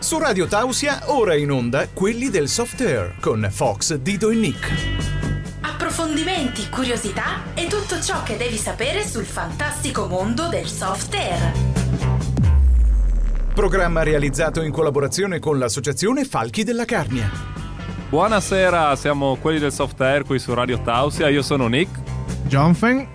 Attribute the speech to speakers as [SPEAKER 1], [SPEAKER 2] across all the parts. [SPEAKER 1] Su Radio Tausia, ora in onda quelli del soft air con Fox, Dido e Nick.
[SPEAKER 2] Approfondimenti, curiosità e tutto ciò che devi sapere sul fantastico mondo del soft air.
[SPEAKER 1] Programma realizzato in collaborazione con l'associazione Falchi della Carnia.
[SPEAKER 3] Buonasera, siamo quelli del soft air qui su Radio Tausia, io sono Nick.
[SPEAKER 4] Jonfen,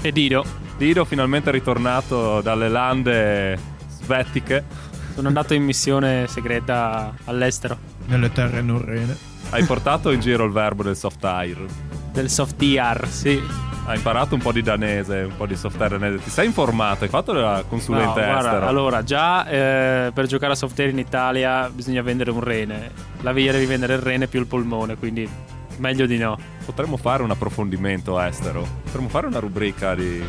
[SPEAKER 5] E Dido,
[SPEAKER 3] Dido finalmente è ritornato dalle lande svettiche
[SPEAKER 5] sono andato in missione segreta all'estero
[SPEAKER 4] nelle terre norrene.
[SPEAKER 3] Hai portato in giro il verbo del soft air?
[SPEAKER 5] del soft DR, sì.
[SPEAKER 3] Hai imparato un po' di danese, un po' di soft air danese. Ti sei informato? Hai fatto la consulente
[SPEAKER 5] No,
[SPEAKER 3] estera?
[SPEAKER 5] guarda, allora, già eh, per giocare a soft air in Italia bisogna vendere un rene. La via di vendere il rene più il polmone, quindi meglio di no.
[SPEAKER 3] Potremmo fare un approfondimento estero. Potremmo fare una rubrica di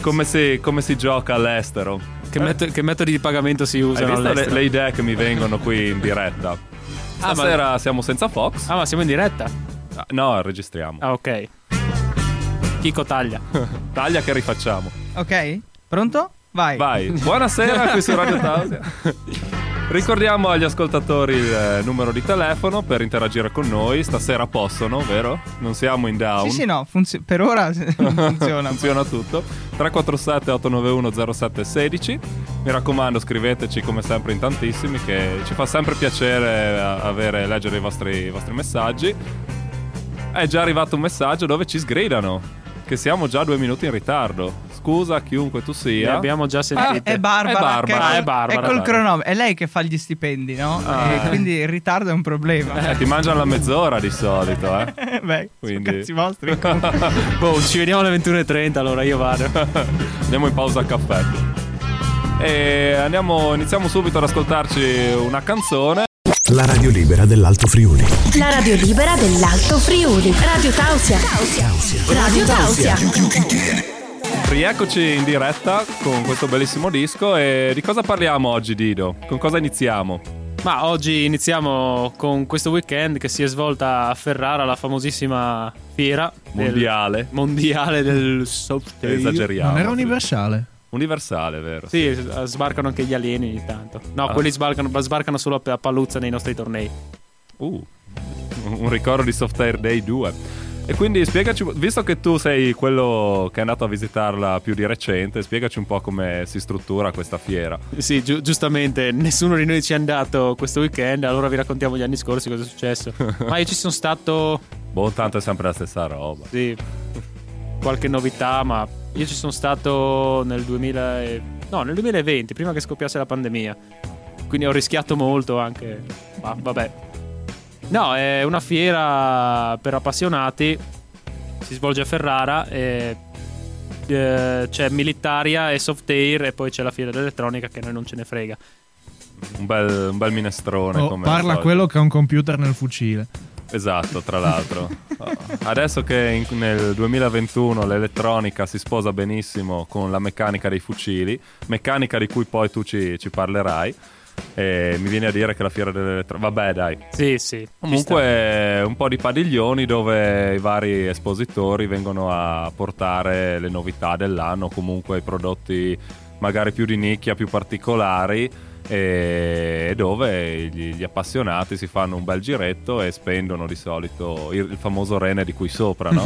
[SPEAKER 3] come si, come si gioca all'estero.
[SPEAKER 5] Che,
[SPEAKER 3] Eh,
[SPEAKER 5] met- che metodi di pagamento si
[SPEAKER 3] Hai
[SPEAKER 5] usano
[SPEAKER 3] visto le,
[SPEAKER 5] all'estero?
[SPEAKER 3] le idee che mi vengono qui in diretta?
[SPEAKER 5] Ah,
[SPEAKER 3] Stasera siamo senza Fox.
[SPEAKER 5] Ah, ma siamo in diretta?
[SPEAKER 3] Ah, No, registriamo.
[SPEAKER 5] Ah, ok. Chico taglia.
[SPEAKER 3] Taglia che rifacciamo.
[SPEAKER 6] Ok? Pronto? Vai.
[SPEAKER 3] Vai, buonasera qui su Radio Tausia. Ricordiamo agli ascoltatori il eh, numero di telefono per interagire con noi. Stasera possono, vero? Non siamo in down.
[SPEAKER 6] Sì, sì, no, funzio- per ora funziona.
[SPEAKER 3] Funziona tutto. 347 891 0716. Mi raccomando, scriveteci come sempre in tantissimi, che ci fa sempre piacere eh, avere- leggere i vostri, i vostri messaggi. È già arrivato un messaggio dove ci sgridano, che siamo già due minuti in ritardo. Scusa chiunque tu
[SPEAKER 5] Ne
[SPEAKER 3] sia.
[SPEAKER 5] abbiamo già
[SPEAKER 6] Ah,
[SPEAKER 4] eh,
[SPEAKER 5] sentite.
[SPEAKER 6] è
[SPEAKER 3] È
[SPEAKER 6] Barbara,
[SPEAKER 3] Barbara.
[SPEAKER 6] che col-
[SPEAKER 3] Ah, è
[SPEAKER 5] Barbara,
[SPEAKER 6] è col
[SPEAKER 3] Barbara.
[SPEAKER 6] cronometro. È lei che fa gli stipendi, no?
[SPEAKER 5] Ah.
[SPEAKER 6] E quindi il ritardo è un
[SPEAKER 3] Eh,
[SPEAKER 6] problema.
[SPEAKER 3] ti mangiano la mezz'ora di solito, eh.
[SPEAKER 6] Beh, sono
[SPEAKER 3] Quindi-
[SPEAKER 6] cazzi vostri.
[SPEAKER 5] Boh, ci vediamo alle 21.30, allora io vado.
[SPEAKER 3] Andiamo in pausa al caffè. E andiamo, iniziamo subito ad ascoltarci una canzone.
[SPEAKER 7] La radio libera dell'Alto Friuli.
[SPEAKER 8] La radio libera dell'Alto Friuli. Radio Tausia. Radio Tausia.
[SPEAKER 3] Rieccoci in diretta con questo bellissimo disco. E di cosa parliamo oggi, Dido? Con cosa iniziamo?
[SPEAKER 5] Ma oggi iniziamo con questo weekend che si è svolta a Ferrara la famosissima fiera del-
[SPEAKER 3] Mondiale.
[SPEAKER 5] mondiale del software.
[SPEAKER 3] Esageriamo.
[SPEAKER 4] non era universale.
[SPEAKER 3] Universale, vero?
[SPEAKER 5] Sì, eh, sbarcano anche gli alieni ogni tanto. No,
[SPEAKER 3] Ah.
[SPEAKER 5] quelli sbarcano, sbarcano solo a- a Paluzza nei nostri tornei.
[SPEAKER 3] Uh, un ricordo di Soft Air Day 2. E quindi spiegaci, visto che tu sei quello che è andato a visitarla più di recente, spiegaci un po' come si struttura questa fiera.
[SPEAKER 5] Sì, giu- giustamente, nessuno di noi ci è andato questo weekend, allora vi raccontiamo gli anni scorsi cosa è successo. Ma io ci sono stato,
[SPEAKER 3] Boh, tanto è sempre la stessa roba.
[SPEAKER 5] sì, qualche novità, ma io ci sono stato nel 2000 e- no, nel 2020, prima che scoppiasse la pandemia. Quindi ho rischiato molto anche, ma vabbè. No, è una fiera per appassionati, si svolge a Ferrara e eh, c'è Militaria e Soft Air e poi c'è la fiera dell'elettronica che a noi non ce ne frega.
[SPEAKER 3] Un bel, un bel minestrone.
[SPEAKER 4] Oh,
[SPEAKER 3] come al
[SPEAKER 4] parla
[SPEAKER 3] solito.
[SPEAKER 4] quello che ha un computer nel fucile.
[SPEAKER 3] Esatto, tra l'altro. Oh. Adesso che in- nel 2021 l'elettronica si sposa benissimo con la meccanica dei fucili, meccanica di cui poi tu ci, ci parlerai, e mi viene a dire che la fiera dell'elettronica... Vabbè dai.
[SPEAKER 5] Sì, sì.
[SPEAKER 3] Comunque eh, un po' di padiglioni dove i vari espositori vengono a portare le novità dell'anno, comunque i prodotti magari più di nicchia, più particolari e dove gli, gli appassionati si fanno un bel giretto e spendono di solito il, il famoso rene di qui sopra, no?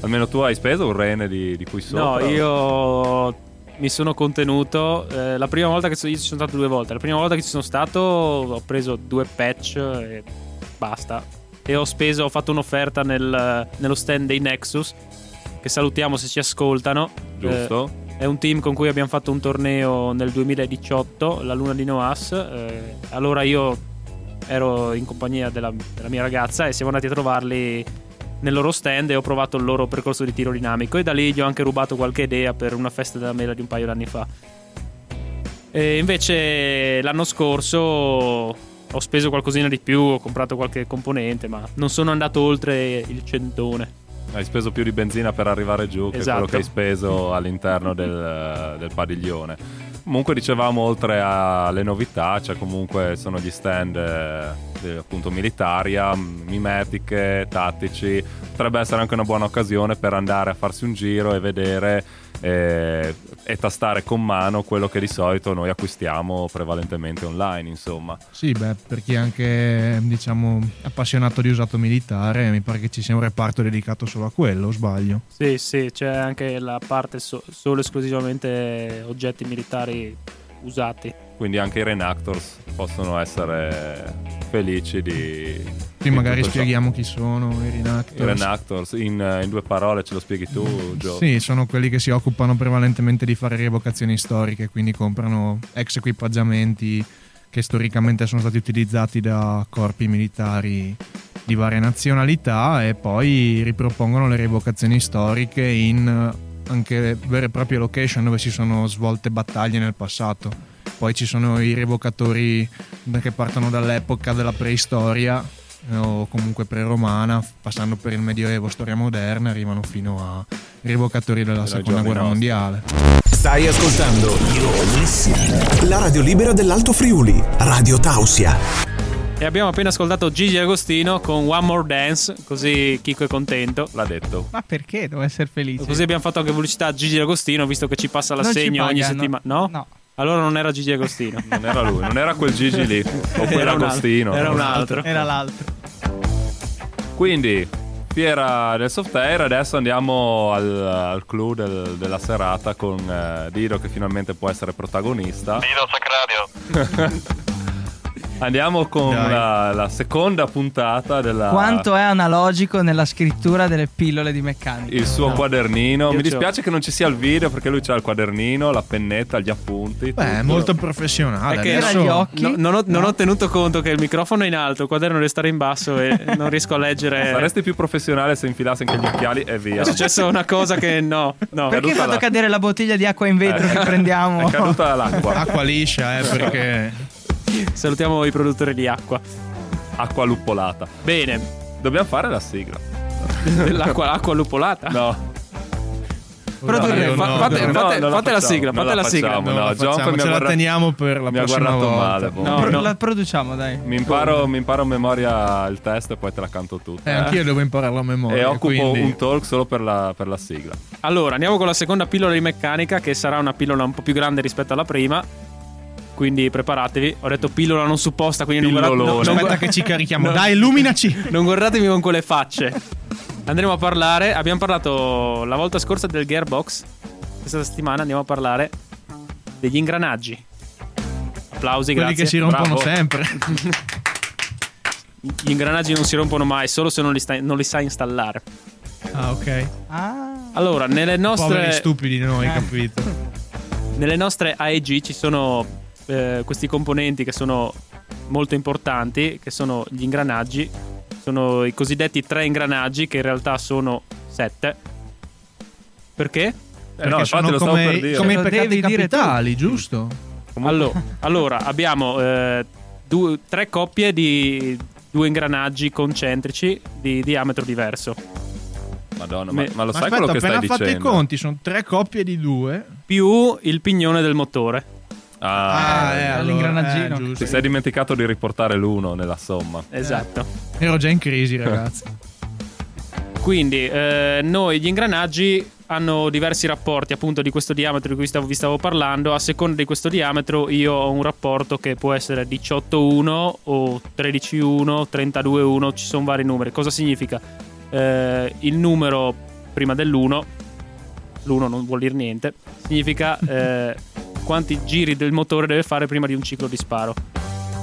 [SPEAKER 3] Almeno tu hai speso un rene di, di qui
[SPEAKER 5] No,
[SPEAKER 3] sopra?
[SPEAKER 5] io mi sono contenuto. eh, la prima volta che so- io ci sono stato due volte. La prima volta che ci sono stato ho preso due patch e basta. E ho speso, ho fatto un'offerta nel- nello stand dei Nexus. Che salutiamo se ci ascoltano.
[SPEAKER 3] Giusto?
[SPEAKER 5] Eh, è un team con cui abbiamo fatto un torneo nel 2018, la Luna di Noas. eh, allora io ero in compagnia della, della mia ragazza e siamo andati a trovarli nel loro stand e ho provato il loro percorso di tiro dinamico e da lì gli ho anche rubato qualche idea per una festa della mela di un paio d'anni fa. E invece l'anno scorso ho speso qualcosina di più, ho comprato qualche componente, ma non sono andato oltre il centone.
[SPEAKER 3] Hai speso più di benzina per arrivare giù che
[SPEAKER 5] Esatto.
[SPEAKER 3] quello che hai speso all'interno del, del padiglione. Comunque dicevamo, oltre alle novità, c'è comunque sono gli stand eh, de- appunto ah, militaria, m- mimetiche, tattici. Potrebbe essere anche una buona occasione per andare a farsi un giro e vedere eh, e tastare con mano quello che di solito noi acquistiamo prevalentemente online, insomma.
[SPEAKER 4] Sì, beh, per chi è anche diciamo appassionato di usato militare, mi pare che ci sia un reparto dedicato solo a quello, o sbaglio.
[SPEAKER 5] Sì, sì, c'è anche la parte so- solo e esclusivamente oggetti militari usati.
[SPEAKER 3] Quindi anche i Renactors possono essere felici di...
[SPEAKER 4] Qui
[SPEAKER 3] di
[SPEAKER 4] magari
[SPEAKER 3] tutto ciò.
[SPEAKER 4] spieghiamo chi sono i
[SPEAKER 3] I
[SPEAKER 4] Renactors.
[SPEAKER 3] Renactors, in, eh, in due parole ce lo spieghi tu, Gio?
[SPEAKER 4] Sì, sono quelli che si occupano prevalentemente di fare rievocazioni storiche, quindi comprano ex equipaggiamenti che storicamente sono stati utilizzati da corpi militari di varie nazionalità e poi ripropongono le rievocazioni storiche in eh, anche vere e proprie location dove si sono svolte battaglie nel passato. Poi ci sono i rievocatori che partono dall'epoca della preistoria eh, o comunque pre-romana, f- passando per il medioevo, storia moderna, arrivano fino a rievocatori della
[SPEAKER 3] Della
[SPEAKER 4] seconda
[SPEAKER 3] giorni
[SPEAKER 4] guerra
[SPEAKER 3] nostri.
[SPEAKER 4] mondiale.
[SPEAKER 7] Stai ascoltando la radio libera dell'Alto Friuli, Radio Tausia.
[SPEAKER 5] E abbiamo appena ascoltato Gigi Agostino con One More Dance, così Chico è contento.
[SPEAKER 3] L'ha detto.
[SPEAKER 6] Ma perché devo essere felice?
[SPEAKER 5] Così abbiamo fatto anche pubblicità a Gigi Agostino, visto che ci passa
[SPEAKER 6] Non ci
[SPEAKER 5] l'assegno ogni
[SPEAKER 6] pagano.
[SPEAKER 5] settimana. No?
[SPEAKER 6] No.
[SPEAKER 5] Allora non era Gigi Agostino.
[SPEAKER 3] Non era lui, non era quel Gigi lì, o
[SPEAKER 5] Era un altro-
[SPEAKER 3] quell'Agostino.
[SPEAKER 5] era un altro.
[SPEAKER 6] Era l'altro.
[SPEAKER 3] Quindi, fiera del soft air, adesso andiamo al, al clou del- della serata con eh, Dido che finalmente può essere protagonista.
[SPEAKER 9] Dido Sacrario.
[SPEAKER 3] Andiamo con
[SPEAKER 4] Dai.
[SPEAKER 3] la, la seconda puntata della...
[SPEAKER 6] Quanto è analogico nella scrittura delle pillole di meccanica?
[SPEAKER 3] Il suo quadernino.
[SPEAKER 5] Io
[SPEAKER 3] Mi
[SPEAKER 5] c'ho-
[SPEAKER 3] dispiace che non ci sia il video perché lui c'ha il quadernino, la pennetta, gli appunti.
[SPEAKER 4] Beh, è
[SPEAKER 3] tutto.
[SPEAKER 4] molto professionale.
[SPEAKER 5] È che
[SPEAKER 6] era
[SPEAKER 4] adesso-
[SPEAKER 6] gli occhi.
[SPEAKER 5] No, non, ho, non ho tenuto conto che il microfono è in alto, il quaderno deve stare in basso e non riesco a
[SPEAKER 4] Eh.
[SPEAKER 5] leggere.
[SPEAKER 3] Saresti più professionale se infilassi anche gli occhiali e via.
[SPEAKER 5] È successa una cosa che no, no.
[SPEAKER 6] Perché hai
[SPEAKER 3] caduta
[SPEAKER 6] fatto
[SPEAKER 3] la-
[SPEAKER 6] cadere la bottiglia di acqua in vetro che prendiamo?
[SPEAKER 3] Eh. È caduta l'acqua.
[SPEAKER 4] Acqua liscia, eh, perché
[SPEAKER 5] Salutiamo i produttori di acqua.
[SPEAKER 3] Acqua luppolata.
[SPEAKER 5] Bene,
[SPEAKER 3] Dobbiamo fare la sigla.
[SPEAKER 5] l'acqua, acqua lupolata.
[SPEAKER 3] No.
[SPEAKER 4] No,
[SPEAKER 6] Produrre-
[SPEAKER 4] no,
[SPEAKER 5] fate-
[SPEAKER 4] no,
[SPEAKER 5] fate-
[SPEAKER 3] non la
[SPEAKER 5] fate
[SPEAKER 3] facciamo,
[SPEAKER 5] la sigla,
[SPEAKER 3] non
[SPEAKER 5] fate la sigla.
[SPEAKER 3] facciamo,
[SPEAKER 4] non
[SPEAKER 3] no,
[SPEAKER 4] la
[SPEAKER 3] John
[SPEAKER 4] facciamo,
[SPEAKER 3] mi ha
[SPEAKER 4] ce la
[SPEAKER 3] guarda-
[SPEAKER 4] teniamo per la
[SPEAKER 3] mi ha
[SPEAKER 4] prossima
[SPEAKER 3] guardato
[SPEAKER 4] volta.
[SPEAKER 3] male. boh.
[SPEAKER 5] No.
[SPEAKER 6] Pro- La produciamo, dai.
[SPEAKER 3] Mi, imparo, mi imparo a memoria il test e poi te la canto tutta.
[SPEAKER 4] Eh, anch'io devo impararlo a memoria.
[SPEAKER 3] e occupo
[SPEAKER 4] quindi...
[SPEAKER 3] un talk solo per la, per la sigla.
[SPEAKER 5] Allora, andiamo con la seconda pillola di meccanica, che sarà una pillola un po' più grande rispetto alla prima. Quindi preparatevi. Ho detto pillola non supposta, quindi non guardate-
[SPEAKER 3] Pillolone.
[SPEAKER 5] non- non
[SPEAKER 4] Aspetta
[SPEAKER 5] guardate,
[SPEAKER 4] che ci carichiamo.
[SPEAKER 5] No.
[SPEAKER 4] Dai, illuminaci.
[SPEAKER 5] non guardatemi con quelle facce. Andremo a parlare. Abbiamo parlato la volta scorsa del gearbox. Questa settimana andiamo a parlare degli ingranaggi. Applausi,
[SPEAKER 4] Quelli
[SPEAKER 5] grazie.
[SPEAKER 4] che si rompono
[SPEAKER 5] Bravo.
[SPEAKER 4] sempre.
[SPEAKER 5] Gli ingranaggi non si rompono mai, solo se non li, sta- non li sai installare.
[SPEAKER 4] Ah, ok.
[SPEAKER 6] Ah,
[SPEAKER 5] Allora, nelle
[SPEAKER 4] Poveri
[SPEAKER 5] nostre,
[SPEAKER 4] stupidi noi,
[SPEAKER 6] Eh.
[SPEAKER 4] capito?
[SPEAKER 5] nelle nostre AEG ci sono eh, questi componenti che sono molto importanti, che sono gli ingranaggi. Sono i cosiddetti tre ingranaggi, che in realtà sono sette. Perché?
[SPEAKER 3] Eh no,
[SPEAKER 4] Perché
[SPEAKER 3] infatti
[SPEAKER 4] sono
[SPEAKER 3] lo stavo
[SPEAKER 4] come,
[SPEAKER 3] per dire.
[SPEAKER 4] come i
[SPEAKER 6] Lo
[SPEAKER 4] peccati
[SPEAKER 6] devi dire
[SPEAKER 4] capitali, giusto?
[SPEAKER 5] Allo- allora, abbiamo eh, due- tre coppie di due ingranaggi concentrici di diametro diverso.
[SPEAKER 3] Madonna, ma,
[SPEAKER 5] Me-
[SPEAKER 3] ma lo
[SPEAKER 4] Ma
[SPEAKER 3] sai
[SPEAKER 4] aspetta,
[SPEAKER 3] quello che
[SPEAKER 4] appena
[SPEAKER 3] stai
[SPEAKER 4] fatto
[SPEAKER 3] dicendo?
[SPEAKER 4] i conti, sono tre coppie di due.
[SPEAKER 5] Più il pignone del motore.
[SPEAKER 3] Ah,
[SPEAKER 6] eh, all'ingranaggino.
[SPEAKER 4] giusto.
[SPEAKER 3] ti sei dimenticato di riportare l'uno nella somma.
[SPEAKER 5] Esatto.
[SPEAKER 4] Ero già in crisi, ragazzi.
[SPEAKER 5] Quindi eh, noi gli ingranaggi hanno diversi rapporti appunto di questo diametro di cui stavo- vi stavo parlando. A seconda di questo diametro io ho un rapporto che può essere 18-1 o 13-1, 32-1, ci sono vari numeri. Cosa significa? Eh, il numero prima dell'1, l'1 non vuol dire niente, significa eh, quanti giri del motore deve fare prima di un ciclo di sparo.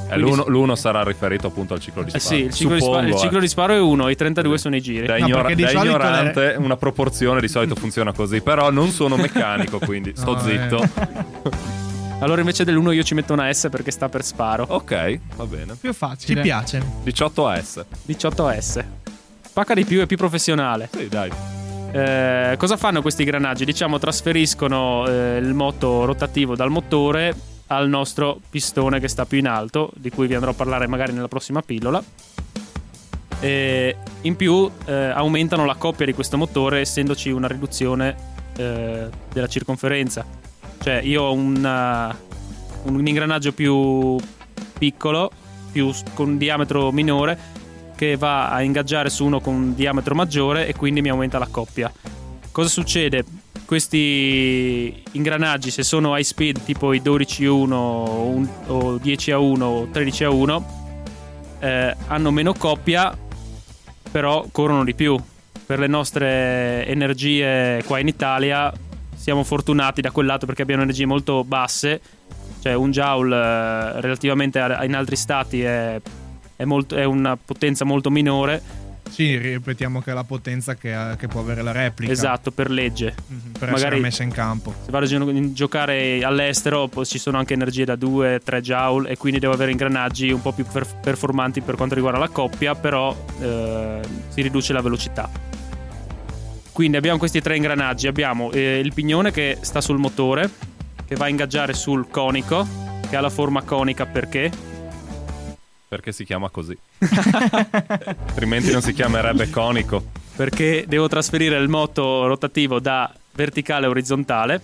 [SPEAKER 3] Eh, l'uno, l'uno sarà riferito appunto al ciclo di
[SPEAKER 5] Eh
[SPEAKER 3] sparo.
[SPEAKER 5] sì, il ciclo, di,
[SPEAKER 3] Suppongo,
[SPEAKER 5] sparo, il
[SPEAKER 3] eh.
[SPEAKER 5] ciclo di sparo è 1, i 32 sono i giri.
[SPEAKER 3] Da,
[SPEAKER 4] No,
[SPEAKER 3] ignora-
[SPEAKER 4] perché di
[SPEAKER 3] da
[SPEAKER 4] solito
[SPEAKER 3] ignorante una proporzione di solito funziona così, però non sono meccanico, quindi sto
[SPEAKER 4] No, eh.
[SPEAKER 3] zitto.
[SPEAKER 5] Allora invece dell'1 io ci metto una S perché sta per sparo.
[SPEAKER 3] Ok, va bene.
[SPEAKER 6] più
[SPEAKER 4] Ci
[SPEAKER 6] facile.
[SPEAKER 4] piace.
[SPEAKER 3] 18S.
[SPEAKER 5] 18S. Pacca di più e più professionale.
[SPEAKER 3] Sì, dai.
[SPEAKER 5] Eh, cosa fanno questi granaggi? Diciamo trasferiscono eh, il moto rotativo dal motore al nostro pistone che sta più in alto, di cui vi andrò a parlare magari nella prossima pillola. E in più eh, aumentano la coppia di questo motore essendoci una riduzione eh, della circonferenza. Cioè io ho una- un ingranaggio più piccolo, più s- con un diametro minore, che va a ingaggiare su uno con un diametro maggiore e quindi mi aumenta la coppia. Cosa succede? questi ingranaggi, se sono high speed tipo i 12 a 1 o, 10 a 1 o 13 a 1, eh, hanno meno coppia, però corrono di più. Per le nostre energie qua in Italia siamo fortunati da quel lato perché abbiamo energie molto basse, cioè un joule eh, relativamente a- in altri stati è, è molto- è una potenza molto minore.
[SPEAKER 4] Sì, ripetiamo che è la potenza che, ha- che può avere la replica.
[SPEAKER 5] Esatto, per legge.
[SPEAKER 4] Mhm, Per essere
[SPEAKER 5] Magari-
[SPEAKER 4] messa in campo.
[SPEAKER 5] Se vado a gio- giocare all'estero poi ci sono anche energie da 2-3 joule e quindi devo avere ingranaggi un po' più per- performanti per quanto riguarda la coppia, però eh, si riduce la velocità. Quindi abbiamo questi tre ingranaggi, abbiamo eh, il pignone che sta sul motore, che va a ingaggiare sul conico, che ha la forma conica perché?
[SPEAKER 3] Perché si chiama così. Altrimenti non si chiamerebbe conico.
[SPEAKER 5] Perché devo trasferire il moto rotativo da verticale a orizzontale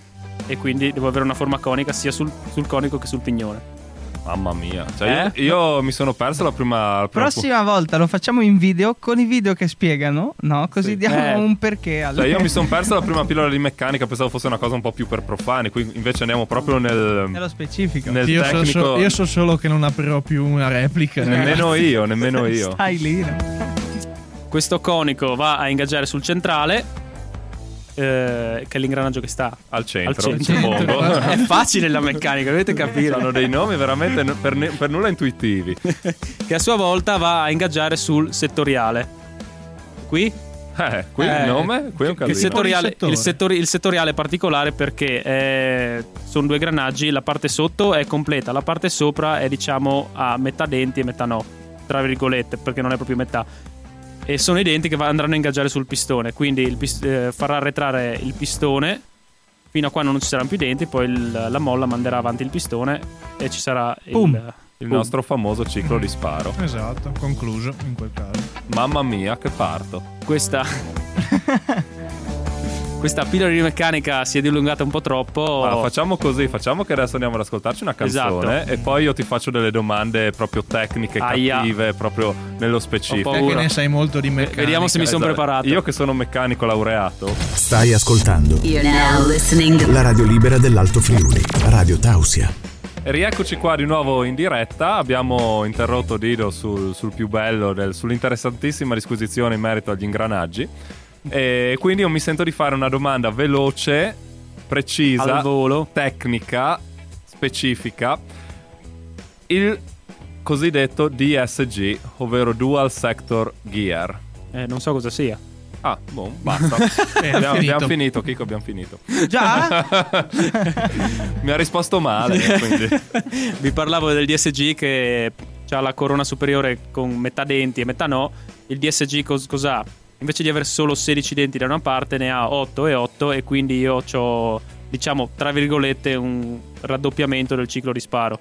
[SPEAKER 5] e quindi devo avere una forma conica sia sul- sul conico che sul pignone.
[SPEAKER 3] Mamma mia. Cioè,
[SPEAKER 5] Eh?
[SPEAKER 3] io, io mi sono perso la prima. La prima
[SPEAKER 6] Prossima volta lo facciamo in video con i video che spiegano, no? Così
[SPEAKER 5] Sì.
[SPEAKER 6] diamo
[SPEAKER 5] Eh.
[SPEAKER 6] un perché. al-
[SPEAKER 3] Cioè, io mi sono perso la prima pillola di meccanica, pensavo fosse una cosa un po' più per profani. Qui invece andiamo proprio nel.
[SPEAKER 6] Nello specifico.
[SPEAKER 3] nel
[SPEAKER 4] Io so,
[SPEAKER 3] tecnico.
[SPEAKER 4] so- io so solo che non aprirò più una replica.
[SPEAKER 3] Nemmeno io, nemmeno io.
[SPEAKER 6] Stai lì. no?
[SPEAKER 5] Questo conico va a ingaggiare sul centrale, eh, che è l'ingranaggio che sta.
[SPEAKER 3] Al centro,
[SPEAKER 5] Al centro.
[SPEAKER 3] suppongo.
[SPEAKER 5] È facile la meccanica, dovete
[SPEAKER 3] Hanno
[SPEAKER 5] capire.
[SPEAKER 3] dei nomi veramente n- per, ne- per nulla intuitivi.
[SPEAKER 5] Che a sua volta va a ingaggiare sul settoriale. Qui,
[SPEAKER 3] Eh, qui il
[SPEAKER 5] Eh,
[SPEAKER 3] nome, qui è un
[SPEAKER 5] che il
[SPEAKER 3] casino.
[SPEAKER 5] settoriale,
[SPEAKER 4] Settore.
[SPEAKER 5] il settori- il settoriale è particolare perché eh, sono due granaggi, la parte sotto è completa, la parte sopra è diciamo a metà denti e metà no, tra virgolette, perché non è proprio metà. E sono i denti che va- andranno a ingaggiare sul pistone, quindi il pis- eh, farà arretrare il pistone fino a quando non ci saranno più i denti, poi il- la molla manderà avanti il pistone e ci sarà il-
[SPEAKER 6] Pum.
[SPEAKER 3] Il
[SPEAKER 5] Pum.
[SPEAKER 3] nostro famoso ciclo di sparo.
[SPEAKER 4] Esatto, concluso in quel caso.
[SPEAKER 3] Mamma mia, che parto.
[SPEAKER 5] questa questa pillola di meccanica si è dilungata un po' troppo.
[SPEAKER 3] Allora, facciamo così, facciamo che adesso andiamo ad ascoltarci una canzone e poi io ti faccio delle domande proprio tecniche,
[SPEAKER 5] Esatto. Aia.
[SPEAKER 3] cattive, proprio nello
[SPEAKER 5] Ho
[SPEAKER 3] specifico.
[SPEAKER 5] paura.
[SPEAKER 4] Te che ne sai molto di meccanica.
[SPEAKER 5] Vediamo se mi sono
[SPEAKER 3] Esatto.
[SPEAKER 5] preparato.
[SPEAKER 3] Io che sono meccanico laureato,
[SPEAKER 7] Stai ascoltando
[SPEAKER 9] You're now listening.
[SPEAKER 7] la radio libera dell'Alto Friuli, Radio Tausia.
[SPEAKER 3] E rieccoci qua di nuovo in diretta. Abbiamo interrotto Dido sul, sul più bello, del- sull'interessantissima disquisizione in merito agli ingranaggi. E quindi io mi sento di fare una domanda veloce, precisa,
[SPEAKER 5] Al volo.
[SPEAKER 3] tecnica, specifica. Il cosiddetto DSG, ovvero Dual Sector Gear.
[SPEAKER 5] Eh, non so cosa sia.
[SPEAKER 3] Ah, boh, basta.
[SPEAKER 4] Eh,
[SPEAKER 3] abbiamo,
[SPEAKER 4] finito.
[SPEAKER 3] abbiamo finito, Chico, abbiamo finito.
[SPEAKER 6] Già?
[SPEAKER 3] Mi ha risposto
[SPEAKER 5] Ah,
[SPEAKER 3] male, quindi...
[SPEAKER 5] Vi parlavo del DSG che ha la corona superiore con metà denti e metà no. Il DSG cos- cos'ha? Invece di avere solo 16 denti da una parte, ne ha 8 e 8 e quindi io ho, diciamo, tra virgolette, un raddoppiamento del ciclo di sparo.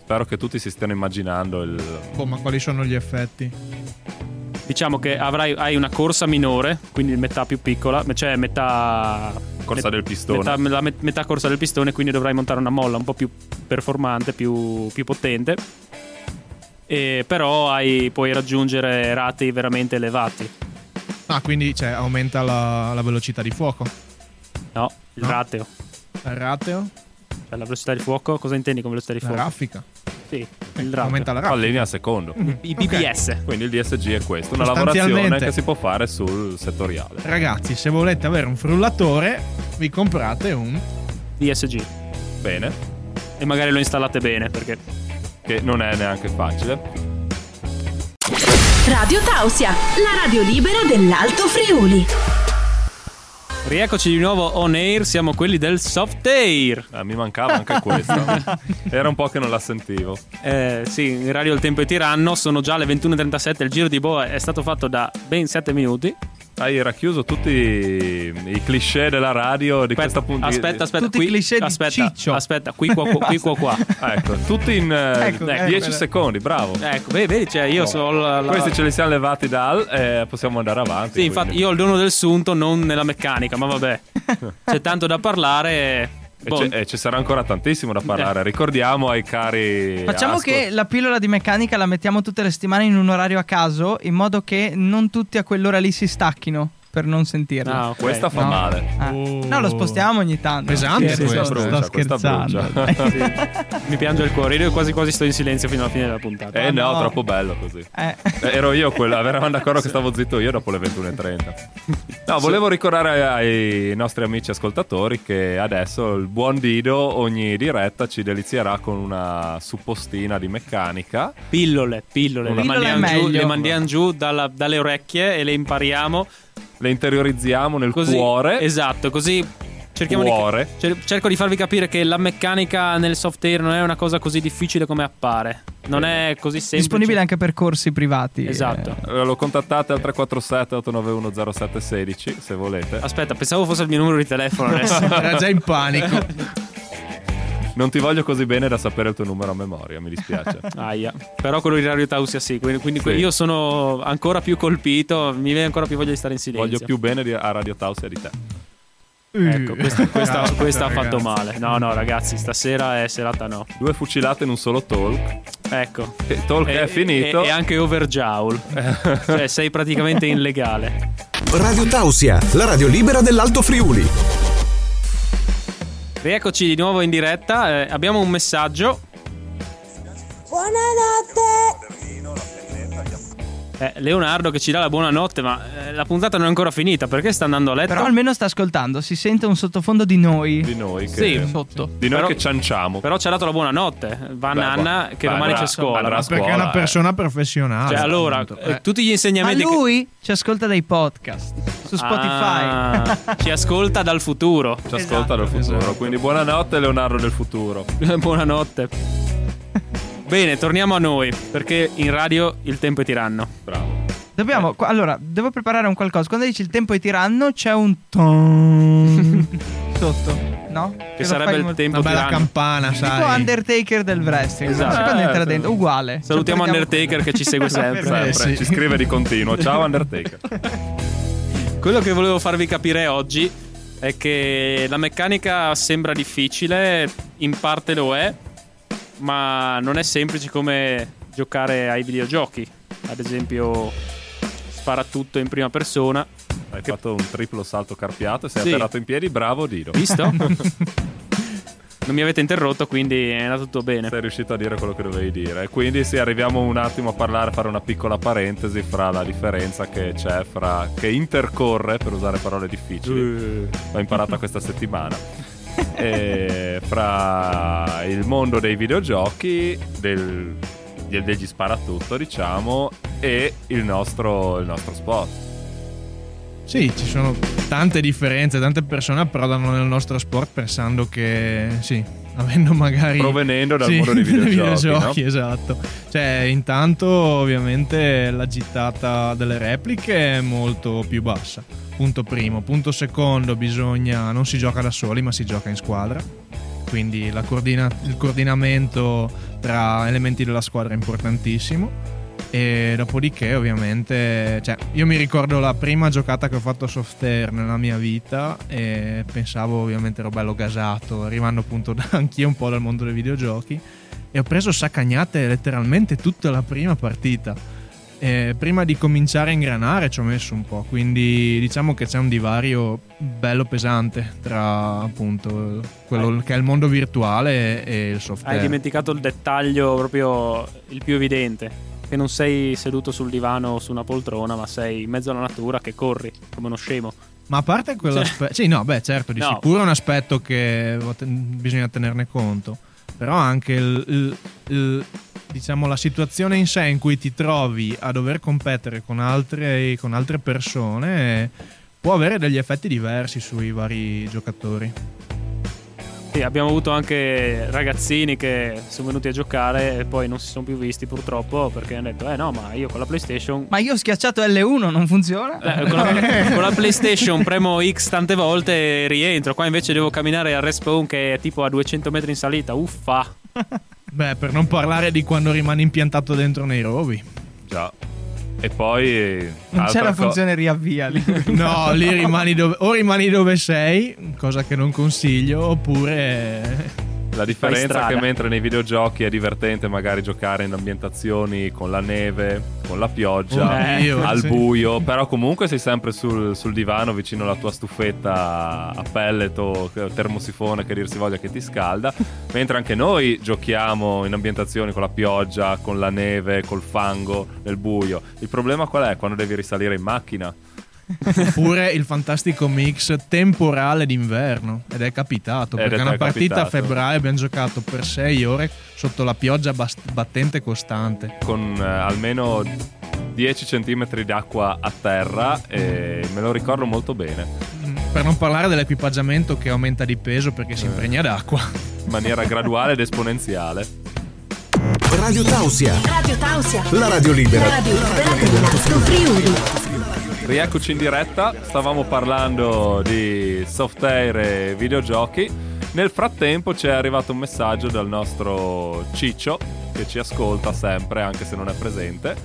[SPEAKER 3] Spero che tutti si stiano immaginando il...
[SPEAKER 6] Oh,
[SPEAKER 4] Boh, ma quali sono gli effetti?
[SPEAKER 5] Diciamo che avrai hai una corsa minore, quindi metà più piccola, cioè metà
[SPEAKER 3] Corsa del pistone.
[SPEAKER 5] Metà, la met- metà corsa del pistone, quindi dovrai montare una molla un po' più performante, più, più potente. E però hai- puoi raggiungere rati veramente elevati.
[SPEAKER 4] Ah, quindi cioè, aumenta la, la velocità di fuoco.
[SPEAKER 5] No, il
[SPEAKER 4] No.
[SPEAKER 5] rateo.
[SPEAKER 4] Il rateo,
[SPEAKER 5] Cioè la velocità di fuoco, cosa intendi con velocità di
[SPEAKER 4] la
[SPEAKER 5] fuoco?
[SPEAKER 4] raffica.
[SPEAKER 5] Sì, il rateo.
[SPEAKER 4] Eh, Aumenta la raffica.
[SPEAKER 3] Pallini al secondo.
[SPEAKER 6] Mm.
[SPEAKER 5] I
[SPEAKER 4] Ok.
[SPEAKER 5] BBS.
[SPEAKER 3] Quindi il DSG è questo, una
[SPEAKER 4] Sostanzialmente.
[SPEAKER 3] lavorazione che si può fare sul settoriale.
[SPEAKER 4] Ragazzi, se volete avere un frullatore, vi comprate un...
[SPEAKER 5] DSG.
[SPEAKER 3] Bene,
[SPEAKER 5] E magari lo installate bene perché
[SPEAKER 3] che non è neanche facile.
[SPEAKER 8] Radio Tausia, la radio libera dell'Alto Friuli.
[SPEAKER 5] Rieccoci di nuovo on air, siamo quelli del soft air.
[SPEAKER 3] Eh, mi mancava anche questo. Era un po' che non la sentivo.
[SPEAKER 5] Eh, sì, in radio il tempo è tiranno, sono già le 21.37, il giro di boa è stato fatto da ben 7 minuti.
[SPEAKER 3] Hai racchiuso tutti i cliché della radio di questa puntata.
[SPEAKER 5] aspetta, aspetta,
[SPEAKER 6] Tutti
[SPEAKER 5] qui,
[SPEAKER 6] i cliché di
[SPEAKER 5] aspetta,
[SPEAKER 6] Ciccio.
[SPEAKER 5] aspetta, qui qua, qua, qui qua, qua.
[SPEAKER 3] Ecco, tutti in
[SPEAKER 6] Ecco,
[SPEAKER 3] 10
[SPEAKER 6] ecco, vedi.
[SPEAKER 3] secondi, bravo.
[SPEAKER 5] Ecco, vedi, vedi, cioè io sono la, la-
[SPEAKER 3] Questi ce li siamo levati dal eh, possiamo andare avanti.
[SPEAKER 5] Sì, infatti
[SPEAKER 3] quindi.
[SPEAKER 5] io ho il dono del sunto, non nella meccanica, ma vabbè. C'è tanto da parlare.
[SPEAKER 3] E
[SPEAKER 5] boh,
[SPEAKER 3] c'è- e ci sarà ancora tantissimo da parlare.
[SPEAKER 5] Eh.
[SPEAKER 3] Ricordiamo ai cari.
[SPEAKER 6] Facciamo
[SPEAKER 3] ascol-
[SPEAKER 6] che la pillola di meccanica la mettiamo tutte le settimane in un orario a caso, in modo che non tutti a quell'ora lì si stacchino. per non sentirla.
[SPEAKER 5] Ah, ok.
[SPEAKER 3] Questa fa
[SPEAKER 6] No.
[SPEAKER 3] male.
[SPEAKER 6] Ah.
[SPEAKER 4] Oh.
[SPEAKER 6] No, lo spostiamo ogni tanto.
[SPEAKER 4] Pesante
[SPEAKER 6] Scherzo,
[SPEAKER 4] questo.
[SPEAKER 6] sto
[SPEAKER 3] Brucia, questa
[SPEAKER 6] scherzando. Eh,
[SPEAKER 5] Mi piange il cuore. Io quasi quasi sto in silenzio fino alla fine della puntata.
[SPEAKER 3] Eh no,
[SPEAKER 6] no.
[SPEAKER 3] troppo bello così.
[SPEAKER 6] Eh.
[SPEAKER 3] Eh, Ero io quello, eravamo d'accordo che stavo zitto io dopo le 21.30. No, volevo ricordare ai nostri amici ascoltatori che adesso il buon Dido ogni diretta ci delizierà con una suppostina di meccanica.
[SPEAKER 5] Pillole, pillole.
[SPEAKER 3] Una
[SPEAKER 5] Le
[SPEAKER 6] pillola
[SPEAKER 5] mandiamo,
[SPEAKER 6] è
[SPEAKER 5] giù,
[SPEAKER 6] meglio.
[SPEAKER 5] le mandiamo giù dalla- dalle orecchie e le impariamo.
[SPEAKER 3] Le interiorizziamo nel
[SPEAKER 5] Così,
[SPEAKER 3] cuore.
[SPEAKER 5] Esatto, così cerchiamo
[SPEAKER 3] Cuore.
[SPEAKER 5] di. cer- cerco di farvi capire che la meccanica nel software non è una cosa così difficile come appare. Non è così semplice.
[SPEAKER 6] Disponibile anche per corsi privati.
[SPEAKER 5] Esatto.
[SPEAKER 6] Eh,
[SPEAKER 3] Eh, Lo contattate al 347 891 0716 se volete.
[SPEAKER 5] Aspetta, pensavo fosse il mio numero di telefono adesso. Eh,
[SPEAKER 4] Era già in panico.
[SPEAKER 3] Non ti voglio così bene da sapere il tuo numero a memoria, mi dispiace.
[SPEAKER 5] Aia. Però quello di Radio Tausia sì, quindi, quindi
[SPEAKER 3] Sì.
[SPEAKER 5] io sono ancora più colpito, mi viene ancora più voglia di stare in silenzio.
[SPEAKER 3] voglio più bene di- a Radio Tausia di te.
[SPEAKER 5] Ecco, questa, questa-
[SPEAKER 4] Cazzo,
[SPEAKER 5] questa ha fatto
[SPEAKER 4] ragazzi.
[SPEAKER 5] male. No, no, ragazzi, stasera è serata no.
[SPEAKER 3] Due fucilate in un solo talk.
[SPEAKER 5] Ecco.
[SPEAKER 3] E talk
[SPEAKER 5] E-
[SPEAKER 3] è finito.
[SPEAKER 5] E, e anche overjowl. cioè, sei praticamente illegale.
[SPEAKER 7] Radio Tausia, la radio libera dell'Alto Friuli.
[SPEAKER 5] Rieccoci di nuovo in diretta. eh, abbiamo un messaggio.
[SPEAKER 9] Buonanotte!
[SPEAKER 5] Eh, Leonardo che ci dà la buonanotte, ma eh, la puntata non è ancora finita. Perché sta andando a letto?
[SPEAKER 6] Però almeno sta ascoltando, si sente un sottofondo di noi.
[SPEAKER 3] di noi che,
[SPEAKER 5] Sì.
[SPEAKER 6] Sotto.
[SPEAKER 3] di noi
[SPEAKER 5] Però-
[SPEAKER 3] che cianciamo.
[SPEAKER 5] Però ci ha dato la buonanotte. Va
[SPEAKER 3] Beh,
[SPEAKER 5] Nanna,
[SPEAKER 3] va-
[SPEAKER 5] che
[SPEAKER 3] va,
[SPEAKER 5] domani
[SPEAKER 3] andrà-
[SPEAKER 5] c'è scuola.
[SPEAKER 3] andrà a scuola.
[SPEAKER 4] Perché è una
[SPEAKER 3] eh.
[SPEAKER 4] persona professionale.
[SPEAKER 5] Cioè, allora,
[SPEAKER 4] appunto.
[SPEAKER 5] eh,
[SPEAKER 4] Eh,
[SPEAKER 5] tutti gli
[SPEAKER 6] Ah, Ma
[SPEAKER 5] insegnamenti che-
[SPEAKER 6] lui ci ascolta dai podcast su Spotify.
[SPEAKER 5] Ah, ci ascolta dal futuro.
[SPEAKER 3] Ci
[SPEAKER 5] Esatto,
[SPEAKER 3] ascolta dal futuro. Quindi buonanotte Leonardo del futuro.
[SPEAKER 5] Buonanotte. Bene, torniamo a noi, perché in radio il tempo è tiranno.
[SPEAKER 3] Bravo.
[SPEAKER 6] Dobbiamo, qua- allora, devo preparare un qualcosa. Quando dici il tempo è tiranno, c'è un ton sotto, no?
[SPEAKER 5] Che sarebbe il tempo
[SPEAKER 4] una bella
[SPEAKER 5] tiranno.
[SPEAKER 4] campana, sai.
[SPEAKER 6] Tipo Undertaker del wrestling.
[SPEAKER 5] Esatto.
[SPEAKER 6] Non so quando entra
[SPEAKER 3] Eh,
[SPEAKER 6] dentro, uguale. Cioè,
[SPEAKER 5] Salutiamo
[SPEAKER 6] Ci portiamo-
[SPEAKER 5] Undertaker che ci segue sempre.
[SPEAKER 4] Eh,
[SPEAKER 3] Sempre.
[SPEAKER 4] sì.
[SPEAKER 3] Ci scrive di continuo. Ciao Undertaker.
[SPEAKER 5] Quello che volevo farvi capire oggi è che la meccanica sembra difficile, in parte lo è, ma non è semplice come giocare ai videogiochi. Ad esempio, spara tutto in prima persona.
[SPEAKER 3] Hai fatto un triplo salto carpiato e sei
[SPEAKER 5] Sì.
[SPEAKER 3] atterrato in piedi. Bravo Dino.
[SPEAKER 5] Visto? non mi avete interrotto, quindi è andato tutto bene.
[SPEAKER 3] Sei riuscito a dire quello che dovevi dire. Quindi sì, arriviamo un attimo a parlare, a fare una piccola parentesi fra la differenza che c'è fra che intercorre, per usare parole difficili, l'ho imparata questa settimana. e fra il mondo dei videogiochi, del- de- degli sparatutto, diciamo, e il nostro, il nostro sport.
[SPEAKER 4] Sì, ci sono tante differenze, tante persone approdano nel nostro sport pensando che sì, avendo magari
[SPEAKER 3] Provenendo dal
[SPEAKER 4] Sì,
[SPEAKER 3] mondo dei
[SPEAKER 4] dai
[SPEAKER 3] videogiochi.
[SPEAKER 4] videogiochi,
[SPEAKER 3] no?
[SPEAKER 4] esatto. Cioè, intanto ovviamente la gittata delle repliche è molto più bassa. Punto primo, punto secondo, bisogna non si gioca da soli, ma si gioca in squadra. Quindi la coordina- il coordinamento tra elementi della squadra è importantissimo. E dopodiché, ovviamente, cioè, io mi ricordo la prima giocata che ho fatto a soft air nella mia vita e pensavo, ovviamente, ero bello gasato, arrivando appunto da- anch'io un po' dal mondo dei videogiochi. E ho preso saccagnate letteralmente tutta la prima partita. E prima di cominciare a ingranare ci ho messo un po', quindi diciamo che c'è un divario bello pesante tra appunto quello che è il mondo virtuale e il soft
[SPEAKER 5] Hai
[SPEAKER 4] air.
[SPEAKER 5] dimenticato il dettaglio proprio il più evidente. Che non sei seduto sul divano o su una poltrona, ma sei in mezzo alla natura che corri come uno scemo.
[SPEAKER 4] Ma a parte quell'aspetto, sì, no, beh, certo, di
[SPEAKER 5] No.
[SPEAKER 4] sicuro è un aspetto che va- te- bisogna tenerne conto, però anche il- il- il- diciamo, la situazione in sé in cui ti trovi a dover competere con altre, con altre persone può avere degli effetti diversi sui vari giocatori.
[SPEAKER 5] Sì, abbiamo avuto anche ragazzini che sono venuti a giocare e poi non si sono più visti purtroppo perché hanno detto eh no ma io con la PlayStation
[SPEAKER 6] Ma io ho schiacciato L1, non funziona?
[SPEAKER 5] Eh, con, la, con la PlayStation premo X tante volte e rientro qua invece devo camminare al respawn che è tipo a 200 metri in salita uffa
[SPEAKER 4] Beh, per non parlare di quando rimani impiantato dentro nei rovi.
[SPEAKER 3] Già. E poi...
[SPEAKER 6] non c'è
[SPEAKER 3] altra
[SPEAKER 6] la
[SPEAKER 3] co-
[SPEAKER 6] funzione riavvia lì.
[SPEAKER 4] No, lì rimani dove, o rimani dove sei, cosa che non consiglio, oppure
[SPEAKER 3] La differenza è
[SPEAKER 5] strada.
[SPEAKER 3] che mentre nei videogiochi è divertente magari giocare in ambientazioni con la neve, con la pioggia,
[SPEAKER 4] Oddio,
[SPEAKER 3] al
[SPEAKER 4] sì.
[SPEAKER 3] buio, però comunque sei sempre sul, sul divano vicino alla tua stufetta a pellet o termosifone che dir si voglia che ti scalda, mentre anche noi giochiamo in ambientazioni con la pioggia, con la neve, col fango, nel buio. Il problema qual è? Quando devi risalire in macchina.
[SPEAKER 4] Oppure il fantastico mix temporale d'inverno. Ed è capitato.
[SPEAKER 3] Ed
[SPEAKER 4] perché
[SPEAKER 3] è
[SPEAKER 4] una partita a
[SPEAKER 3] capitato.
[SPEAKER 4] febbraio abbiamo giocato per 6 ore sotto la pioggia bast- battente costante.
[SPEAKER 3] con eh, almeno 10 cm d'acqua a terra e me lo ricordo molto bene,
[SPEAKER 4] Mm, Per non parlare dell'equipaggiamento che aumenta di peso perché
[SPEAKER 3] Eh.
[SPEAKER 4] si impregna d'acqua.
[SPEAKER 3] in maniera graduale ed esponenziale.
[SPEAKER 7] Radio Tausia,
[SPEAKER 8] Radio Tausia.
[SPEAKER 7] la radio libera.
[SPEAKER 8] La radio libera dell'Alto Friuli.
[SPEAKER 3] Rieccoci in diretta, stavamo parlando di software e videogiochi. Nel frattempo ci è arrivato un messaggio dal nostro Ciccio che ci ascolta sempre anche se non è presente.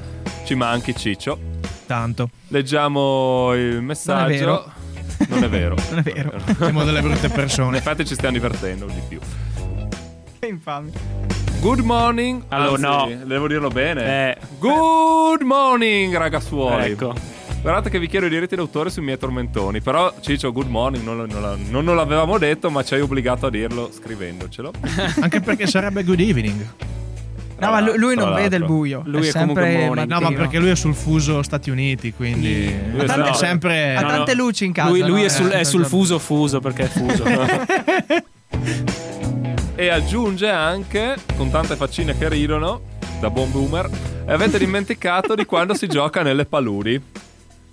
[SPEAKER 3] Ci manchi Ciccio.
[SPEAKER 6] Tanto.
[SPEAKER 3] Leggiamo il messaggio.
[SPEAKER 6] vero.
[SPEAKER 3] Non è vero.
[SPEAKER 6] Non è vero.
[SPEAKER 4] Siamo delle brutte
[SPEAKER 3] In
[SPEAKER 4] persone.
[SPEAKER 3] effetti ci stiamo divertendo di più.
[SPEAKER 6] Che infame.
[SPEAKER 3] Good morning.
[SPEAKER 5] Allora,
[SPEAKER 3] Anzi, Devo dirlo bene.
[SPEAKER 5] Eh.
[SPEAKER 3] Good morning, ragazzuoli.
[SPEAKER 5] Ecco.
[SPEAKER 3] Guardate che vi chiedo i diritti d'autore sui miei tormentoni. Però, Ciccio, good morning. Non, non- non- non lo l'avevamo detto, ma ci hai obbligato a dirlo scrivendocelo.
[SPEAKER 4] Anche perché sarebbe good evening.
[SPEAKER 6] No, ma lu- lui
[SPEAKER 3] Tra
[SPEAKER 6] non
[SPEAKER 3] l'altro.
[SPEAKER 6] vede il buio.
[SPEAKER 5] Lui è
[SPEAKER 6] è sempre
[SPEAKER 5] comunque un morning.
[SPEAKER 4] No, ma
[SPEAKER 6] mattino.
[SPEAKER 4] perché lui è sul fuso Stati Uniti, quindi
[SPEAKER 3] Lui
[SPEAKER 4] è
[SPEAKER 3] no.
[SPEAKER 4] sempre
[SPEAKER 6] Ha
[SPEAKER 5] No, no.
[SPEAKER 6] tante luci in casa.
[SPEAKER 5] lui lui
[SPEAKER 6] no?
[SPEAKER 5] è, sul,
[SPEAKER 6] Eh,
[SPEAKER 5] è sul
[SPEAKER 6] giorno.
[SPEAKER 5] fuso fuso perché è fuso.
[SPEAKER 3] E aggiunge anche, con tante faccine che ridono, da buon boomer, "E avete dimenticato di quando si gioca nelle paludi.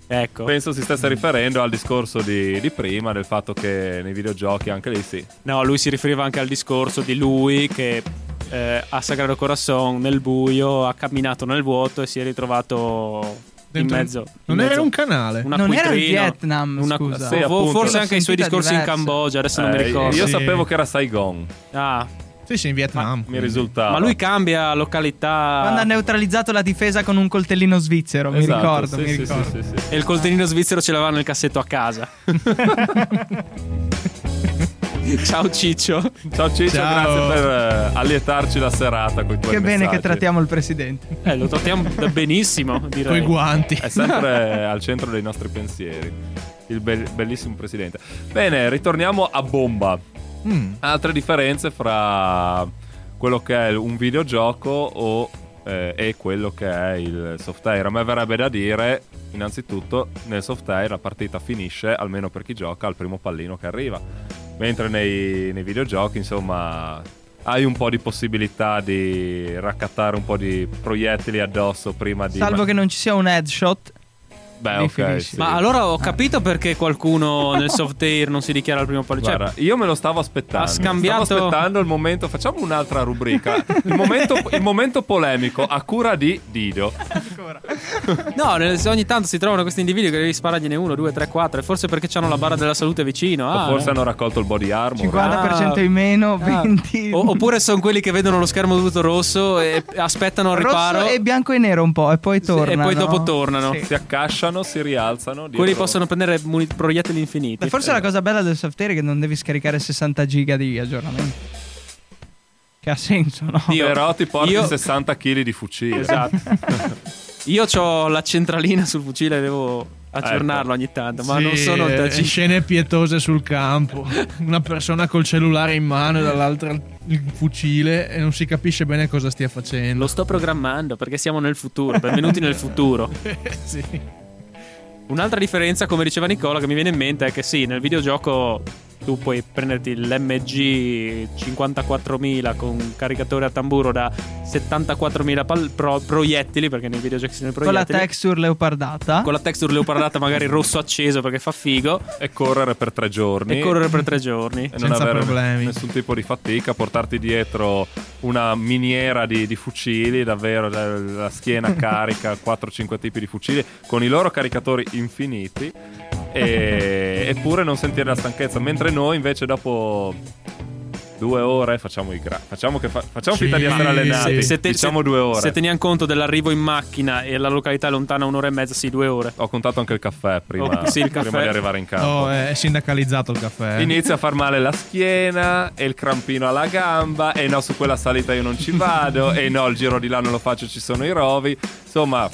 [SPEAKER 5] ecco.
[SPEAKER 3] Penso si stesse riferendo al discorso di, di prima, del fatto che nei videogiochi anche lì sì.
[SPEAKER 5] No, lui si riferiva anche al discorso di lui che eh, a Sagrado Corazon nel buio ha camminato nel vuoto e si è ritrovato
[SPEAKER 4] Dentro-
[SPEAKER 5] in mezzo. in
[SPEAKER 4] Non era
[SPEAKER 5] mezzo-
[SPEAKER 4] in un canale.
[SPEAKER 5] un
[SPEAKER 6] Non era il
[SPEAKER 5] acquitrino,
[SPEAKER 6] Vietnam, scusa.
[SPEAKER 3] Sì,
[SPEAKER 5] fo-
[SPEAKER 3] appunto.
[SPEAKER 5] forse
[SPEAKER 6] L'ho
[SPEAKER 5] anche i suoi
[SPEAKER 6] sentita
[SPEAKER 5] discorsi
[SPEAKER 6] diversa.
[SPEAKER 5] in Cambogia, adesso non mi
[SPEAKER 3] Eh,
[SPEAKER 5] ricordo.
[SPEAKER 3] Io
[SPEAKER 4] Sì.
[SPEAKER 3] sapevo che era Saigon.
[SPEAKER 5] Ah,
[SPEAKER 4] Sì, sì, in Vietnam.
[SPEAKER 3] Mi risultava.
[SPEAKER 5] ma lui cambia località.
[SPEAKER 6] Quando ha neutralizzato la difesa con un coltellino svizzero, mi
[SPEAKER 3] Esatto,
[SPEAKER 6] ricordo,
[SPEAKER 3] sì,
[SPEAKER 6] mi
[SPEAKER 3] sì,
[SPEAKER 6] ricordo.
[SPEAKER 3] sì, sì, sì.
[SPEAKER 5] E il coltellino svizzero ce l'aveva nel cassetto a casa. Ciao Ciccio.
[SPEAKER 3] Ciao Ciccio,
[SPEAKER 4] Ciao.
[SPEAKER 3] grazie per eh, allietarci la serata con i tuoi
[SPEAKER 6] Che bene che
[SPEAKER 3] messaggi.
[SPEAKER 6] trattiamo il presidente.
[SPEAKER 5] Eh, lo trattiamo da benissimo,
[SPEAKER 4] Con i
[SPEAKER 5] direi.
[SPEAKER 4] guanti.
[SPEAKER 3] È sempre al centro dei nostri pensieri. Il bel- bellissimo presidente. Bene, ritorniamo a bomba.
[SPEAKER 4] Mm.
[SPEAKER 3] Altre differenze fra quello che è un videogioco o, eh, e quello che è il software. A me verrebbe da dire, innanzitutto, nel software la partita finisce, almeno per chi gioca, al primo pallino che arriva. Mentre nei, nei videogiochi, insomma, hai un po' di possibilità di raccattare un po' di proiettili addosso prima di...
[SPEAKER 6] Salvo che non ci sia un headshot.
[SPEAKER 3] Beh,
[SPEAKER 6] li
[SPEAKER 3] ok.
[SPEAKER 6] finisci.
[SPEAKER 3] sì.
[SPEAKER 5] Ma allora
[SPEAKER 6] Ah.
[SPEAKER 5] ho capito perché qualcuno nel soft air non si dichiara al primo pallino. Cioè,
[SPEAKER 3] Guarda, io me lo stavo aspettando.
[SPEAKER 5] Ha scambiato-
[SPEAKER 3] Stavo aspettando il momento. Facciamo un'altra rubrica. Il momento, il momento polemico a cura di Dido.
[SPEAKER 5] No, nel- ogni tanto si trovano questi individui che devi sparargliene uno, due, tre, quattro. E forse perché hanno la barra della salute vicino. Ah,
[SPEAKER 3] O forse
[SPEAKER 5] eh.
[SPEAKER 3] hanno raccolto il body armor. eh.
[SPEAKER 6] 50% in meno,
[SPEAKER 5] Ah.
[SPEAKER 6] 20.
[SPEAKER 5] O- oppure sono quelli che vedono lo schermo tutto rosso e aspettano il riparo.
[SPEAKER 6] Rosso e bianco e nero un po', e poi
[SPEAKER 5] Sì,
[SPEAKER 6] tornano.
[SPEAKER 5] e poi dopo tornano.
[SPEAKER 6] Sì.
[SPEAKER 3] Si accasciano, si rialzano. dietro-
[SPEAKER 5] Quelli possono prendere muni- proiettili
[SPEAKER 6] E
[SPEAKER 5] infiniti.
[SPEAKER 6] forse la cosa bella del software è che non devi scaricare 60 giga di aggiornamento. Che ha senso, no?
[SPEAKER 5] Dio.
[SPEAKER 3] Però ti porti
[SPEAKER 5] Io-
[SPEAKER 3] 60 kg di fucile.
[SPEAKER 5] Esatto. Io ho la centralina sul fucile, devo
[SPEAKER 3] Ecco.
[SPEAKER 5] aggiornarlo ogni tanto. Ma
[SPEAKER 4] Sì,
[SPEAKER 5] non sono
[SPEAKER 4] eh,
[SPEAKER 5] il
[SPEAKER 4] scene pietose sul campo. Una persona col cellulare in mano e dall'altra il fucile e non si capisce bene cosa stia facendo.
[SPEAKER 5] Lo sto programmando perché siamo nel futuro. Benvenuti nel futuro.
[SPEAKER 4] Sì.
[SPEAKER 5] Un'altra differenza, come diceva Nicola, che mi viene in mente è che sì, nel videogioco tu puoi prenderti l'MG 54000 con un caricatore a tamburo da 74.000 pal- pro- proiettili, perché nei videogiochi sono i
[SPEAKER 6] Con la
[SPEAKER 5] proiettili.
[SPEAKER 6] texture leopardata.
[SPEAKER 5] con la texture leopardata, magari rosso acceso perché fa figo,
[SPEAKER 3] E correre per tre giorni.
[SPEAKER 5] e correre per tre giorni.
[SPEAKER 3] e non
[SPEAKER 4] Senza
[SPEAKER 3] avere
[SPEAKER 4] problemi.
[SPEAKER 3] nessun tipo di fatica, portarti dietro una miniera di, di fucili, davvero la, la schiena carica, 4-5 tipi di fucili con i loro caricatori infiniti, e- eppure non sentire la stanchezza, mentre noi invece dopo due ore, facciamo i gra- facciamo, che fa- facciamo
[SPEAKER 4] Sì,
[SPEAKER 3] finta di essere allenati.
[SPEAKER 4] sì.
[SPEAKER 5] Se te-
[SPEAKER 3] diciamo
[SPEAKER 5] se-
[SPEAKER 3] due ore.
[SPEAKER 5] Se teniamo conto dell'arrivo in macchina e la località è lontana un'ora e mezza, sì, due ore.
[SPEAKER 3] Ho contato anche il caffè prima,
[SPEAKER 5] Oh, sì, il
[SPEAKER 3] prima
[SPEAKER 5] caffè.
[SPEAKER 3] di arrivare in campo.
[SPEAKER 4] No, è sindacalizzato il caffè.
[SPEAKER 3] Inizia a far male la schiena e il crampino alla gamba e no su quella salita io non ci vado e no il giro di là non lo faccio ci sono i rovi. Insomma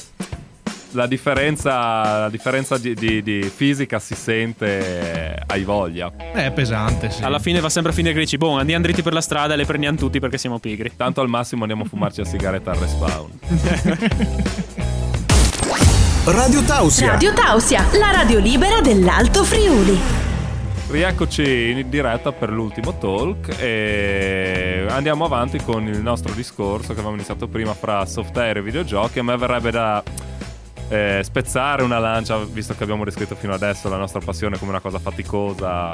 [SPEAKER 3] la differenza, la differenza di, di- di fisica si sente eh, hai voglia.
[SPEAKER 4] Eh, è pesante, sì.
[SPEAKER 5] Alla fine va sempre a finire che dici, boh, andiamo dritti per la strada e le prendiamo tutti perché siamo pigri.
[SPEAKER 3] Tanto al massimo andiamo a fumarci la sigaretta al respawn.
[SPEAKER 7] Radio Tausia.
[SPEAKER 8] Radio Tausia, la radio libera dell'Alto Friuli.
[SPEAKER 3] Rieccoci in diretta per l'ultimo talk e andiamo avanti con il nostro discorso che avevamo iniziato prima fra soft air e videogiochi. A me verrebbe da eh, spezzare una lancia, visto che abbiamo descritto fino adesso la nostra passione come una cosa faticosa,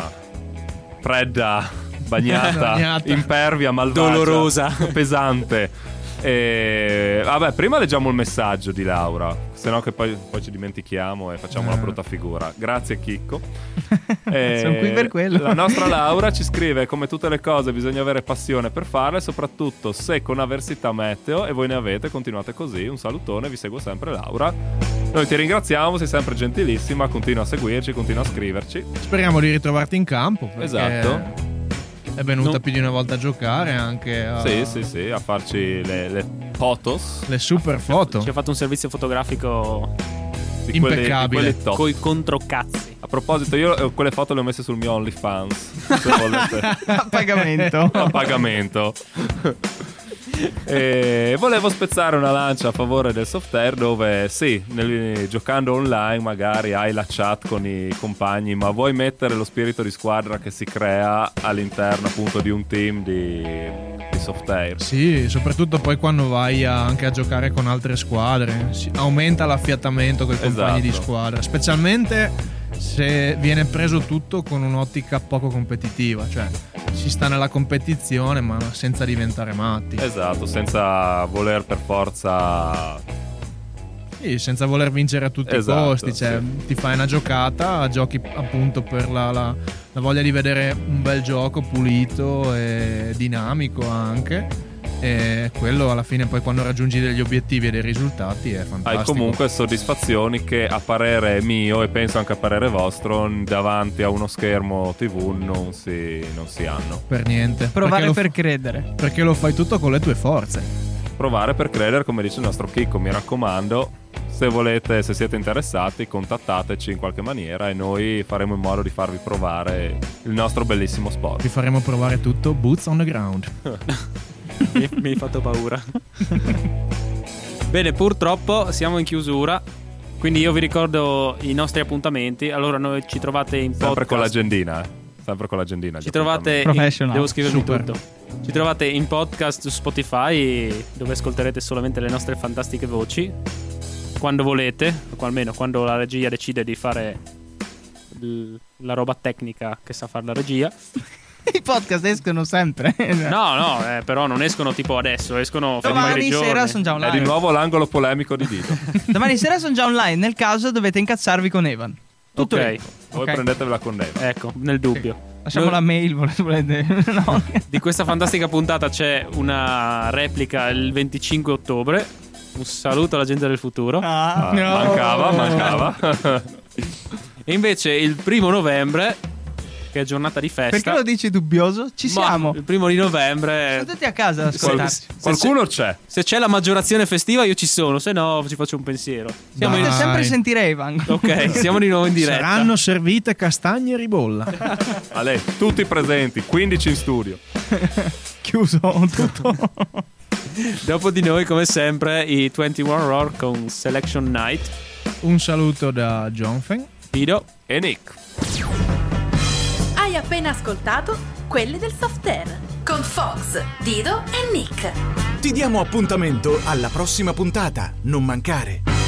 [SPEAKER 3] fredda, bagnata,
[SPEAKER 4] Bagnata.
[SPEAKER 3] impervia, malvagia,
[SPEAKER 5] Dolorosa.
[SPEAKER 3] pesante. E, vabbè, prima leggiamo il messaggio di Laura, se no che poi, poi ci dimentichiamo e facciamo
[SPEAKER 4] Eh.
[SPEAKER 3] una brutta figura. Grazie Chicco.
[SPEAKER 6] Sono qui per quello.
[SPEAKER 3] Eh, La nostra Laura ci scrive: come tutte le cose, bisogna avere passione per farle, soprattutto se con avversità meteo e voi ne avete, continuate così. Un salutone, vi seguo sempre, Laura. Noi ti ringraziamo, sei sempre gentilissima. Continua a seguirci, continua a scriverci.
[SPEAKER 4] Speriamo di ritrovarti in campo. perché
[SPEAKER 3] Esatto.
[SPEAKER 4] È venuta
[SPEAKER 3] Non-
[SPEAKER 4] più di una volta a giocare anche
[SPEAKER 6] Ah.
[SPEAKER 4] a...
[SPEAKER 3] Sì, sì, sì, a farci le, le fotos.
[SPEAKER 4] le super foto.
[SPEAKER 5] Ci ha fatto un servizio fotografico
[SPEAKER 3] Di quelle- di
[SPEAKER 4] Impeccabile.
[SPEAKER 3] quelle top.
[SPEAKER 5] coi controcazzi.
[SPEAKER 3] A proposito, io eh, quelle foto le ho messe sul mio OnlyFans. Se volete.
[SPEAKER 6] A pagamento.
[SPEAKER 3] a pagamento. e volevo spezzare una lancia a favore del soft air dove sì, nel- giocando online magari hai la chat con i compagni, ma vuoi mettere lo spirito di squadra che si crea all'interno appunto di un team di, di soft air.
[SPEAKER 4] Sì, soprattutto poi quando vai a- anche a giocare con altre squadre, si- aumenta l'affiatamento con i compagni di
[SPEAKER 3] Esatto.
[SPEAKER 4] squadra, specialmente se viene preso tutto con un'ottica poco competitiva, cioè si sta nella competizione ma senza diventare matti,
[SPEAKER 3] Esatto, senza voler per forza
[SPEAKER 4] Sì, senza voler vincere a tutti
[SPEAKER 3] Esatto,
[SPEAKER 4] i costi, cioè ti fai una giocata, giochi appunto per la, la- la voglia di vedere un bel gioco pulito e dinamico anche. E quello alla fine poi quando raggiungi degli obiettivi e dei risultati è fantastico.
[SPEAKER 3] Hai comunque soddisfazioni che a parere mio e penso anche a parere vostro n- davanti a uno schermo TV non si, non si hanno.
[SPEAKER 4] per niente. Perché
[SPEAKER 6] Provare
[SPEAKER 4] lo
[SPEAKER 6] per
[SPEAKER 4] fa-
[SPEAKER 6] credere.
[SPEAKER 4] Perché lo fai tutto con le tue forze.
[SPEAKER 3] Provare per credere, come dice il nostro Chicco, mi raccomando, se volete, se siete interessati, contattateci in qualche maniera e noi faremo in modo di farvi provare il nostro bellissimo sport.
[SPEAKER 4] Vi faremo provare tutto boots on the ground.
[SPEAKER 5] mi, mi hai fatto paura. Bene, purtroppo siamo in chiusura. Quindi io vi ricordo i nostri appuntamenti. Allora, noi ci trovate in
[SPEAKER 3] Sempre
[SPEAKER 5] podcast.
[SPEAKER 3] con l'agendina, eh. sempre con l'agendina.
[SPEAKER 5] Ci
[SPEAKER 3] gli
[SPEAKER 5] trovate in,
[SPEAKER 6] Professional.
[SPEAKER 5] devo scrivervi
[SPEAKER 4] Super.
[SPEAKER 5] tutto. Ci trovate in podcast su Spotify dove ascolterete solamente le nostre fantastiche voci quando volete, o almeno quando la regia decide di fare l- la roba tecnica che sa fare la regia.
[SPEAKER 6] I podcast escono sempre.
[SPEAKER 5] No, no, eh, però non escono tipo adesso, escono fra un paio di
[SPEAKER 6] Domani sera
[SPEAKER 5] giorni.
[SPEAKER 6] sono già
[SPEAKER 3] appuntamenti. È di
[SPEAKER 6] online.
[SPEAKER 3] nuovo l'angolo polemico di Dito.
[SPEAKER 6] Domani sera sono già online. Nel caso dovete incazzarvi con Evan. Tutto
[SPEAKER 5] Ok.
[SPEAKER 6] lì.
[SPEAKER 3] Voi
[SPEAKER 6] Ok.
[SPEAKER 3] prendetevela con Neva.
[SPEAKER 5] Ecco, nel dubbio.
[SPEAKER 6] Lasciamo
[SPEAKER 5] Noi-
[SPEAKER 6] la mail, volete. no.
[SPEAKER 5] Di questa fantastica puntata c'è una replica il 25 ottobre. Un saluto alla gente del futuro.
[SPEAKER 6] Ah,
[SPEAKER 3] Ah, Mancava, mancava.
[SPEAKER 5] E invece il primo novembre, che è giornata di festa.
[SPEAKER 6] Perché lo dici dubbioso? Ci
[SPEAKER 5] Ma eh,
[SPEAKER 6] siamo.
[SPEAKER 5] Il primo di novembre.
[SPEAKER 6] Sono tutti a casa ad
[SPEAKER 3] Qual-
[SPEAKER 6] ascoltarci.
[SPEAKER 3] qualcuno c'è.
[SPEAKER 5] Se c'è la maggiorazione festiva, io ci sono, se no ci faccio un pensiero. Siamo
[SPEAKER 4] Dai.
[SPEAKER 6] Potete
[SPEAKER 5] in...
[SPEAKER 6] sempre sentire Evan.
[SPEAKER 5] Ok, siamo di nuovo in diretta.
[SPEAKER 4] Saranno servite castagne e ribolla.
[SPEAKER 3] Ale, tutti presenti, 15 in studio.
[SPEAKER 6] Chiuso tutto.
[SPEAKER 5] Dopo di noi, come sempre, i 21 Roar con Selection Night.
[SPEAKER 4] Un saluto da Jonfen.
[SPEAKER 5] Video.
[SPEAKER 3] E Nick.
[SPEAKER 2] Hai appena ascoltato quelle del soft air con Fox, Dido e Nick.
[SPEAKER 1] Ti diamo appuntamento alla prossima puntata, non mancare.